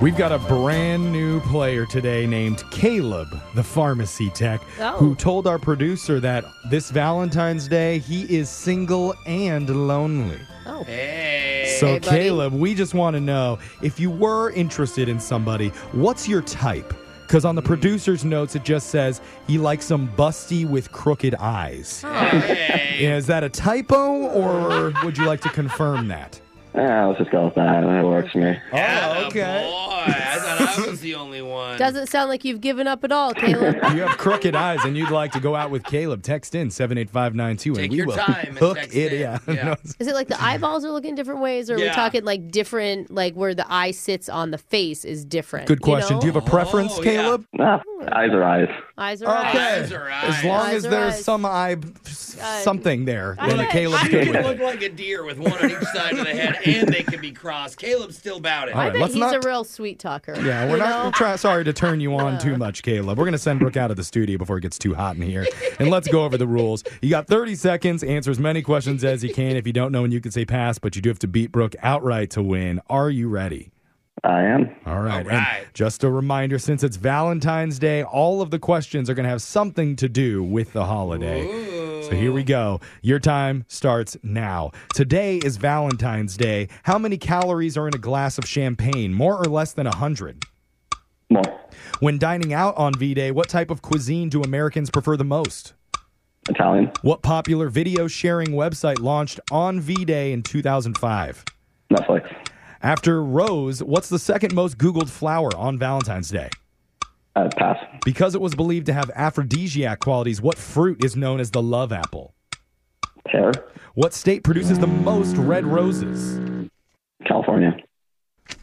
We've got a brand new player today named Caleb, the pharmacy tech, Oh. who told our producer that this Valentine's Day he is single and lonely. Oh. So, Hey, buddy. Caleb, we just want to know if you were interested in somebody, what's your type? Because on the Hmm. producer's notes, it just says he likes some busty with crooked eyes. Is that a typo, or would you like to confirm that? Yeah, let's just go with that. That works for me. Oh, Atta Boy, I thought I was the only one. Doesn't sound like you've given up at all, Caleb. If you have crooked eyes and you'd like to go out with Caleb, text in 78592 and Take we your will time and hook text it. in. Yeah. Yeah. No, Is it like the eyeballs are looking different ways, or are we Yeah. talking like different, like where the eye sits on the face is different? Good question. know? Do you have a preference, Oh, yeah. Caleb? Nah, eyes are eyes. eyes are eyes? Eyes are As eyes. long Eyes as are there's eyes. some eye something there, then eyes. Caleb's You good can with it. look like a deer with one on each side of the head, and they can be crossed. Caleb's still about it. All I right, bet let's he's not- a real sweet talker. Yeah, we're you not know? Uh. try, sorry to turn you on too much, Caleb. We're going to send Brooke out of the studio before it gets too hot in here. And let's go over the rules. You got 30 seconds, answer as many questions as you can. If you don't know, and you can say pass, but you do have to beat Brooke outright to win. Are you ready? I am. All All right. right. And just a reminder since it's Valentine's Day, all of the questions are going to have something to do with the holiday. So here we go. Your time starts now. Today is Valentine's Day. How many calories are in a glass of champagne? More or less than 100? More. When dining out on V Day, what type of cuisine do Americans prefer the most? Italian. What popular video sharing website launched on V Day in 2005? Netflix. After Rose, what's the second most Googled flower on Valentine's Day? Uh, pass. Because it was believed to have aphrodisiac qualities, what fruit is known as the love apple? Pear. What state produces the most red roses? California.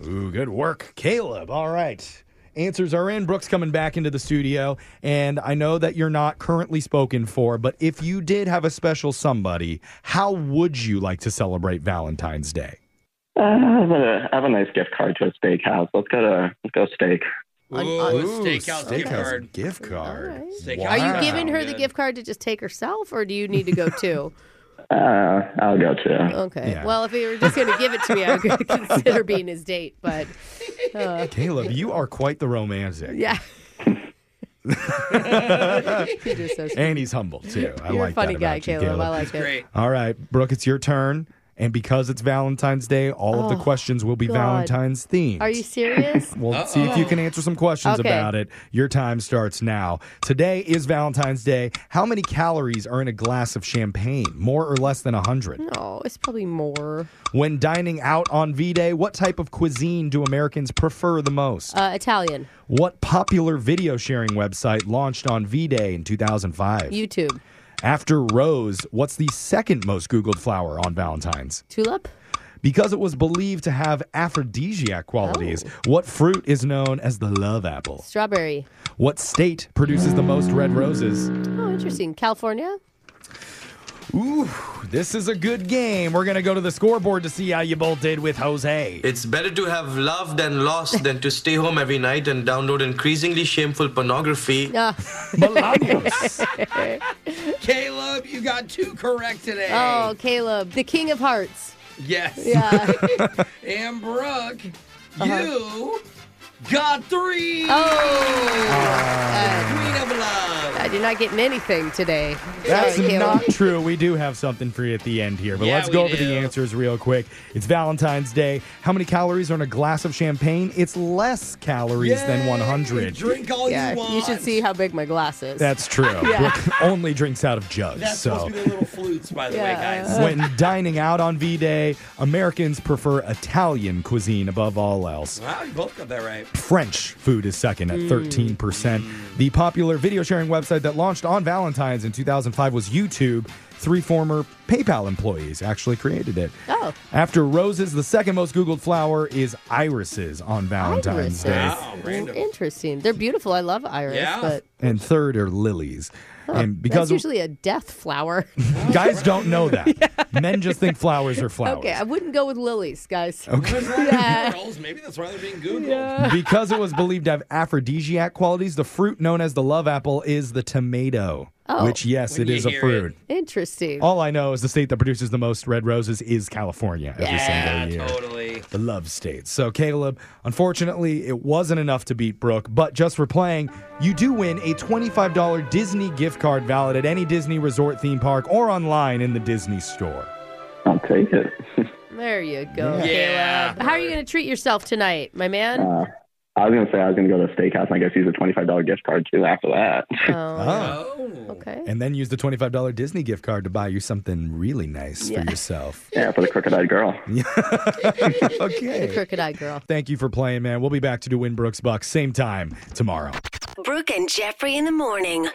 Ooh, good work, Caleb. All right. Answers are in. Brooks coming back into the studio. And I know that you're not currently spoken for, but if you did have a special somebody, how would you like to celebrate Valentine's Day? Uh, I have, a, I have a nice gift card to a steakhouse. Let's go to let's go steak. Ooh, on- a steakhouse gift card. Gift card. All right. Steakhouse Ah, Are Wow. you giving her the Good. gift card to just take herself, or do you need to go too? Uh, I'll go to. Okay. Yeah. Well, if he were just going to give it to me, I would consider being his date. But Caleb, you are quite the romantic. yeah. he just says, And he's humble, too. I You're like a funny that guy, about you, Caleb. I like it. Great. All right, Brooke, it's your turn. And because it's Valentine's Day, all of the questions will be Oh, God. Valentine's themed. Are you serious? We'll see if you can answer some questions Okay. about it. Your time starts now. Today is Valentine's Day. How many calories are in a glass of champagne? More or less than 100? No, it's probably more. When dining out on V Day, what type of cuisine do Americans prefer the most? Uh, Italian. what popular video sharing website launched on V Day in 2005? YouTube. After Rose, what's the second most Googled flower on Valentine's? Tulip. Because it was believed to have aphrodisiac qualities, Oh. what fruit is known as the love apple? Strawberry. What state produces the most red roses? Oh, interesting. California. Ooh, this is a good game. We're going to go to the scoreboard to see how you both did with Jose. It's better to have loved and lost than to stay home every night and download increasingly shameful pornography. Uh, Melanios. Caleb, you got two correct today. oh, Caleb, the king of hearts. yes. Yeah. Uh-huh. And Brooke, you got three. oh. Queen of love. I did not get anything today. That's Sorry, Caleb. not true. We do have something for you at the end here, but Yeah, let's go we over do. the answers real quick. It's Valentine's Day. How many calories are in a glass of champagne? It's less calories than Yay. 100. Drink all you Yeah, want. you should see how big my glass is. That's true. Brooke only drinks out of jugs. That's so. supposed to be the little flutes, by the Yeah. way, guys. when dining out on V Day, Americans prefer Italian cuisine above all else. Wow, you both got that right. French food is second at 13%. The popular video sharing website that launched on Valentine's in 2005 was YouTube. Three former PayPal employees actually created it. Oh. After roses, the second most Googled flower is irises on Valentine's Day. Irises. Wow, Ooh, Oh, random. interesting. They're beautiful. I love iris, Yeah. but oh, And third are lilies. and because that's usually a death flower. guys don't know that, men just think flowers are flowers. okay, I wouldn't go with lilies, guys. Oh. There's a lot of Yeah. girls. Maybe that's why they're being Googled. because it was believed to have aphrodisiac qualities, the fruit known as the love apple is the tomato. Oh. which, yes, When it you is a hear fruit. Interesting. All I know is the state that produces the most red roses is California every Yeah, single year. totally. The love states. So, Caleb, unfortunately, it wasn't enough to beat Brooke, but just for playing, you do win a $25 Disney gift card valid at any Disney resort theme park or online in the Disney store. I'll take it. There you go, Yeah. Caleb. How are you going to treat yourself tonight, my man? Uh, I was gonna say I was gonna go to a steakhouse and I guess use a twenty five dollar gift card too after that. Oh, Ah. Oh. okay. And then use the $25 Disney gift card to buy you something really nice Yeah. for yourself. yeah, for the crooked eyed girl. The Okay. crooked eye girl. Thank you for playing, man. We'll be back to do Win Brooks Bucks same time tomorrow. Brooke and Jeffrey in the morning.